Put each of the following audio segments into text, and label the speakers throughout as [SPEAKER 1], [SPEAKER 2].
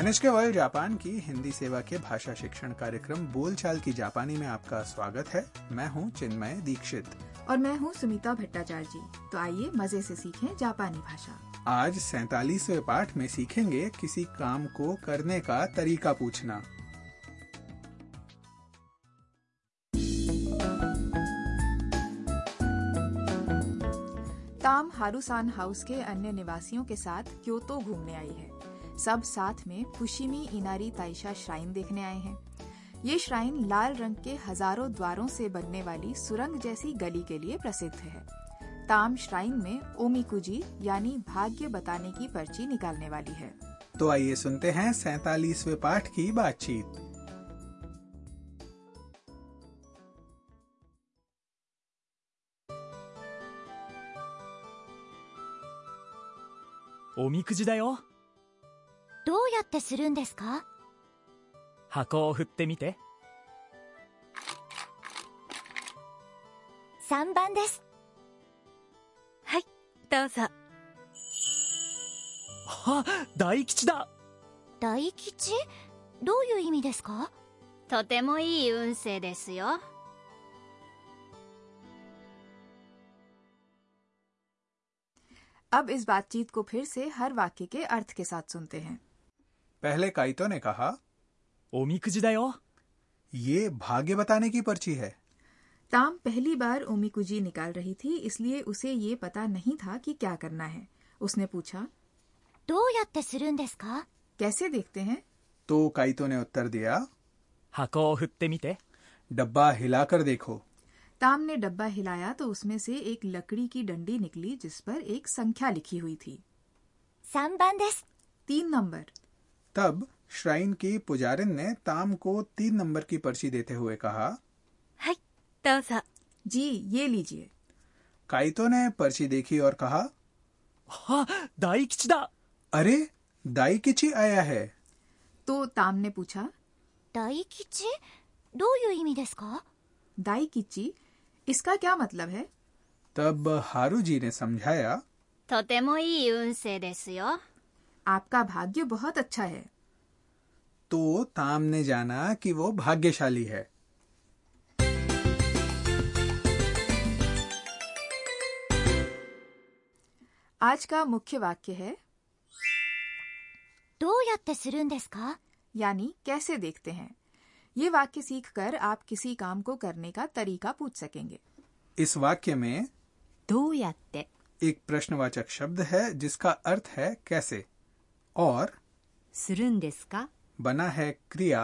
[SPEAKER 1] NHK वायु Japan की हिंदी सेवा के भाषा शिक्षण कार्यक्रम बोलचाल की जापानी में आपका स्वागत है मैं हूं चिन्मय दीक्षित
[SPEAKER 2] और मैं हूँ सुमिता भट्टाचार्य जी तो आइए मजे से सीखें जापानी भाषा
[SPEAKER 1] आज सैतालीसवे पाठ में सीखेंगे किसी काम को करने का तरीका पूछना
[SPEAKER 2] ताम हारूसान हाउस के अन्य निवासियों के साथ क्योतो घूमने आई है सब साथ में पुशिमी इनारी ताइशा श्राइन देखने आए हैं ये श्राइन लाल रंग के हजारों द्वारों से बनने वाली सुरंग जैसी गली के लिए प्रसिद्ध है ताम श्राइन में ओमिकुजी यानी भाग्य बताने की पर्ची निकालने वाली है
[SPEAKER 1] तो आइए सुनते हैं सैतालीसवे पाठ की बातचीत
[SPEAKER 3] おみくじだよ
[SPEAKER 4] どうやってするんですか
[SPEAKER 3] 箱を振ってみて
[SPEAKER 4] ?3 番です。はい、どうぞ。
[SPEAKER 3] はあ大吉だ
[SPEAKER 4] 大吉どういう意味ですか
[SPEAKER 5] とてもいい運勢ですよ
[SPEAKER 2] अब इस बातचीत को फिर से हर वाक्य के अर्थ के साथ सुनते हैं
[SPEAKER 1] पहले काइतो ने कहा
[SPEAKER 3] おみくじだよ
[SPEAKER 1] ये भाग्य बताने की पर्ची है
[SPEAKER 2] ताम पहली बार ओमिकुजी निकाल रही थी इसलिए उसे ये पता नहीं था कि क्या करना है उसने पूछा
[SPEAKER 4] どうやってするんですか
[SPEAKER 2] कैसे देखते हैं
[SPEAKER 1] तो काइतो ने उत्तर दिया
[SPEAKER 3] 箱を振ってみて
[SPEAKER 1] डब्बा हिलाकर देखो
[SPEAKER 2] ताम ने डब्बा हिलाया तो उसमें से एक लकड़ी की डंडी निकली जिस पर एक संख्या लिखी हुई थी
[SPEAKER 4] ?3 番です。
[SPEAKER 2] तीन नंबर
[SPEAKER 1] तब श्राइन की पुजारिन ने ताम को तीन नंबर की पर्ची देते हुए कहा
[SPEAKER 4] はい、どうぞ。
[SPEAKER 2] जी ये लीजिए
[SPEAKER 1] काइतो ने पर्ची देखी और कहा
[SPEAKER 3] はあ大吉だ
[SPEAKER 1] अरे दाईकिची आया है
[SPEAKER 2] तो ताम ने पूछा
[SPEAKER 4] 大吉どういう意味ですか
[SPEAKER 2] दाई किची इसका क्या मतलब है
[SPEAKER 1] तब हारू जी ने समझाया
[SPEAKER 5] とてもいい運勢ですよ
[SPEAKER 2] आपका भाग्य बहुत अच्छा है
[SPEAKER 1] तो ताम ने जाना कि वो भाग्यशाली है
[SPEAKER 2] आज का मुख्य वाक्य है
[SPEAKER 4] どうやってするんですか
[SPEAKER 2] यानी कैसे देखते हैं ये वाक्य सीखकर आप किसी काम को करने का तरीका पूछ सकेंगे
[SPEAKER 1] इस वाक्य में
[SPEAKER 5] どうやって
[SPEAKER 1] एक प्रश्नवाचक शब्द है जिसका अर्थ है कैसे और
[SPEAKER 5] するんですか
[SPEAKER 1] बना है क्रिया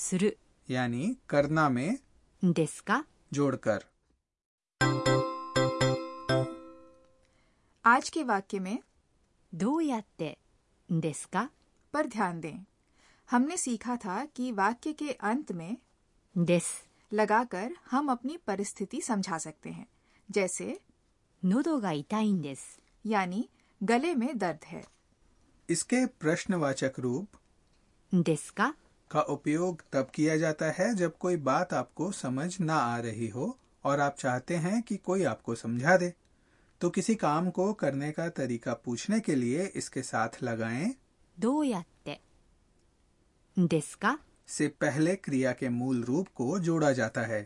[SPEAKER 5] する
[SPEAKER 1] यानी करना में
[SPEAKER 5] んですか
[SPEAKER 1] जोड़कर
[SPEAKER 2] आज के वाक्य में
[SPEAKER 5] どうやってんですか
[SPEAKER 2] पर ध्यान दें हमने सीखा था कि वाक्य के अंत में
[SPEAKER 5] です
[SPEAKER 2] लगाकर हम अपनी परिस्थिति समझा सकते हैं जैसे
[SPEAKER 5] 喉が痛いんです
[SPEAKER 2] यानी गले में दर्द है
[SPEAKER 1] इसके प्रश्नवाचक रूप
[SPEAKER 5] んですか
[SPEAKER 1] का उपयोग तब किया जाता है जब कोई बात आपको समझ ना आ रही हो और आप चाहते हैं कि कोई आपको समझा दे तो किसी काम को करने का तरीका पूछने के लिए इसके साथ लगाएं
[SPEAKER 5] どうやってんですか
[SPEAKER 1] से पहले क्रिया के मूल रूप को जोड़ा जाता है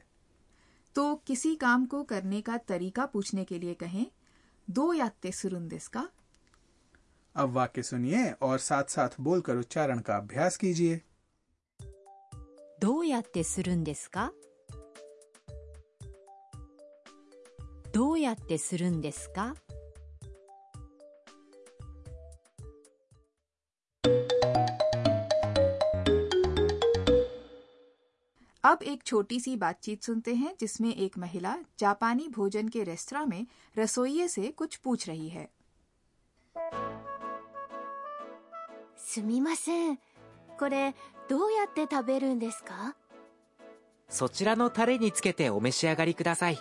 [SPEAKER 2] तो किसी काम को करने का तरीका पूछने के लिए कहें दो याते सुरुंदिस का
[SPEAKER 1] अब वाक्य सुनिए और साथ साथ बोलकर उच्चारण का अभ्यास कीजिए
[SPEAKER 5] どうやってするんですかどうやってするんですか
[SPEAKER 2] अब एक छोटी सी बातचीत सुनते हैं जिसमें एक महिला जापानी भोजन के रेस्तरा में रसोइये से कुछ पूछ रही है
[SPEAKER 4] すみません。これ、どうやって食べるんですか
[SPEAKER 6] そちらのタレにつけてお召し上がりください。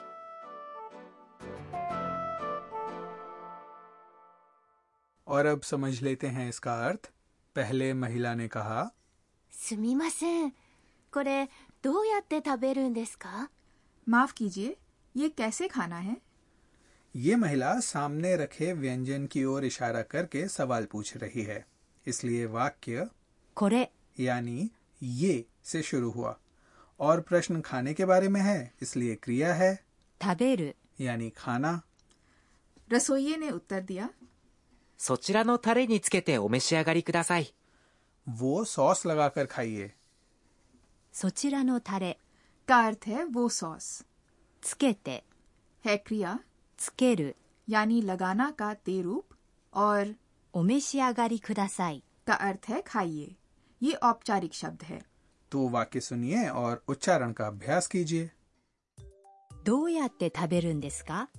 [SPEAKER 1] और अब समझ लेते हैं इसका अर्थ पहले महिला ने कहा
[SPEAKER 4] すみません。これ、どうやって食べるんですか
[SPEAKER 2] माफ कीजिए ये कैसे खाना है
[SPEAKER 1] ये महिला सामने रखे व्यंजन की ओर इशारा करके सवाल पूछ रही है इसलिए वाक्य
[SPEAKER 5] これ
[SPEAKER 1] यानी ये से शुरू हुआ और प्रश्न खाने के बारे में है इसलिए क्रिया है
[SPEAKER 5] 食べる
[SPEAKER 1] यानी खाना
[SPEAKER 2] रसोइये ने उत्तर दिया
[SPEAKER 6] そちらのタレにつけてお召し上がりください。
[SPEAKER 1] वो सॉस लगाकर खाइए
[SPEAKER 5] そちらのタレ
[SPEAKER 2] का अर्थ है वो सॉस
[SPEAKER 5] つけて
[SPEAKER 2] है क्रिया
[SPEAKER 5] つける
[SPEAKER 2] यानी लगाना का ते रूप और
[SPEAKER 5] お召し上がりください
[SPEAKER 2] का अर्थ है खाइए ये औपचारिक शब्द है
[SPEAKER 1] तो वाक्य सुनिए और उच्चारण का अभ्यास कीजिए
[SPEAKER 5] どうやって食べるんですか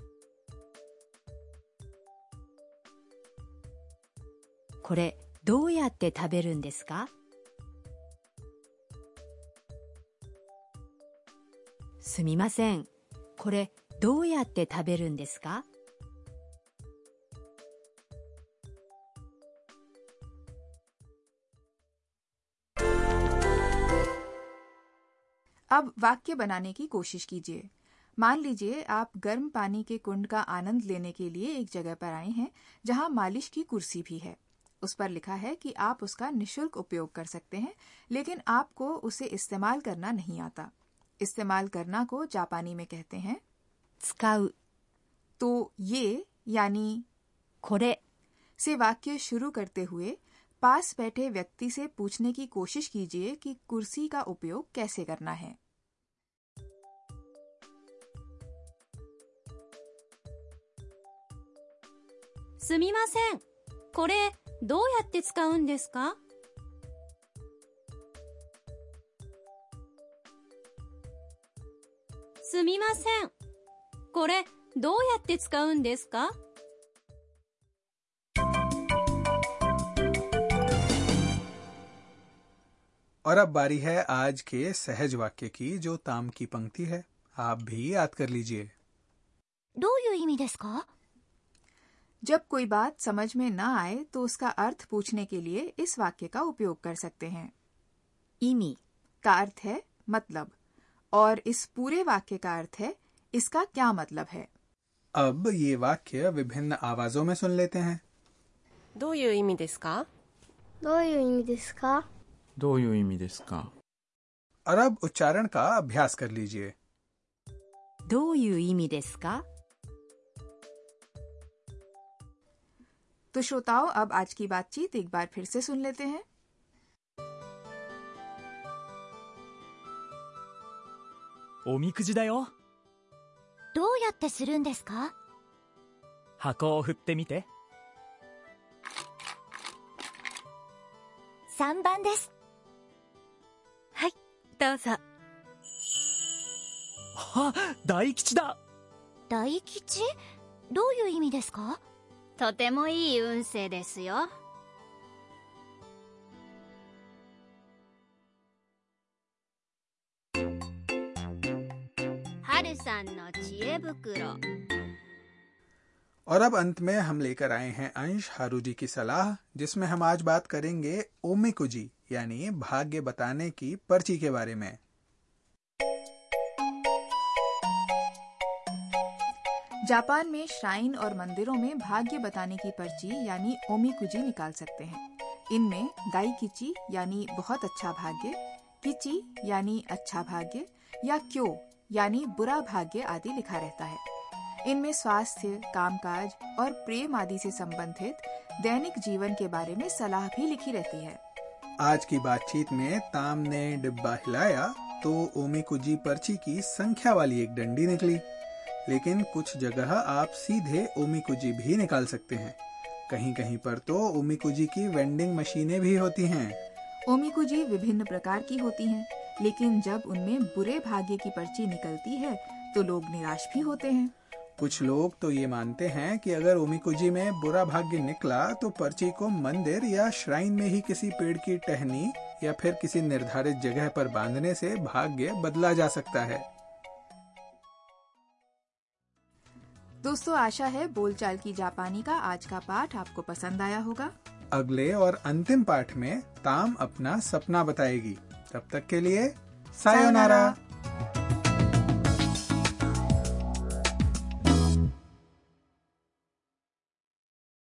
[SPEAKER 5] これどうやって食べるんですかすみませんこれどうやって食べるんですか
[SPEAKER 2] अब वाक्य बनाने की कोशिश कीजिए मान लीजिए आप गर्म पानी के कुंड का आनंद लेने के लिए एक जगह पर आए हैं जहां मालिश की कुर्सी भी है उस पर लिखा है कि आप उसका निशुल्क उपयोग कर सकते हैं लेकिन आपको उसे इस्तेमाल करना नहीं आता इस्तेमाल करना को जापानी में कहते हैं
[SPEAKER 5] 使う
[SPEAKER 2] तो ये यानी
[SPEAKER 5] これ
[SPEAKER 2] से वाक्य शुरू करते हुए पास बैठे व्यक्ति से पूछने की कोशिश कीजिए कि कुर्सी का उपयोग कैसे करना है
[SPEAKER 4] すみませんこれどうやって使うんですかすみませんこれどうやって使うんですか
[SPEAKER 1] और अब बारी है आज के सहज वाक्य की जो ताम की पंक्ति है आप भी याद कर लीजिए
[SPEAKER 4] どういう意味ですか
[SPEAKER 2] जब कोई बात समझ में ना आए तो उसका अर्थ पूछने के लिए इस वाक्य का उपयोग कर सकते हैं
[SPEAKER 5] 意味
[SPEAKER 2] का अर्थ है मतलब और इस पूरे वाक्य का अर्थ है इसका क्या मतलब है
[SPEAKER 1] अब ये वाक्य विभिन्न आवाजों में सुन लेते हैं
[SPEAKER 7] どういう意味ですか
[SPEAKER 8] どういう意味ですか
[SPEAKER 9] どういう意味ですか
[SPEAKER 1] और अब उच्चारण का अभ्यास कर लीजिए
[SPEAKER 5] どういう意味ですか
[SPEAKER 2] तो श्रोताओं अब आज की बातचीत एक बार फिर से सुन लेते हैं
[SPEAKER 3] おみくじだよ
[SPEAKER 4] どうやってするんですか
[SPEAKER 3] 箱を振ってみて
[SPEAKER 4] 3番ですはいどうぞ
[SPEAKER 3] あ大吉だ
[SPEAKER 4] 大吉どういう意味ですかとてもいい運勢ですよはるさんの知恵袋
[SPEAKER 1] और अब अंत में हम लेकर आए हैं अंश हारू जी की सलाह जिसमें हम आज बात करेंगे ओमिकुजी यानी भाग्य बताने की पर्ची के बारे में
[SPEAKER 2] जापान में श्राइन और मंदिरों में भाग्य बताने की पर्ची यानी ओमिकुजी निकाल सकते हैं इनमें दाई किची यानी बहुत अच्छा भाग्य किची यानी अच्छा भाग्य या क्यो यानी बुरा भाग्य आदि लिखा रहता है इनमें स्वास्थ्य कामकाज और प्रेम आदि से संबंधित दैनिक जीवन के बारे में सलाह भी लिखी रहती है
[SPEAKER 1] आज की बातचीत में ताम ने डिब्बा हिलाया तो ओमिकुजी पर्ची की संख्या वाली एक डंडी निकली लेकिन कुछ जगह आप सीधे ओमिकुजी भी निकाल सकते हैं कहीं कहीं पर तो ओमिकुजी की वेंडिंग मशीनें भी होती हैं
[SPEAKER 2] ओमिकुजी विभिन्न प्रकार की होती हैं, लेकिन जब उनमें बुरे भाग्य की पर्ची निकलती है तो लोग निराश भी होते हैं
[SPEAKER 1] कुछ लोग तो ये मानते हैं कि अगर ओमिकुजी में बुरा भाग्य निकला तो पर्ची को मंदिर या श्राइन में ही किसी पेड़ की टहनी या फिर किसी निर्धारित जगह पर बांधने से भाग्य बदला जा सकता है
[SPEAKER 2] दोस्तों आशा है बोलचाल की जापानी का आज का पाठ आपको पसंद आया होगा
[SPEAKER 1] अगले और अंतिम पाठ में ताम अपना सपना बताएगी तब तक के लिए सायोनारा।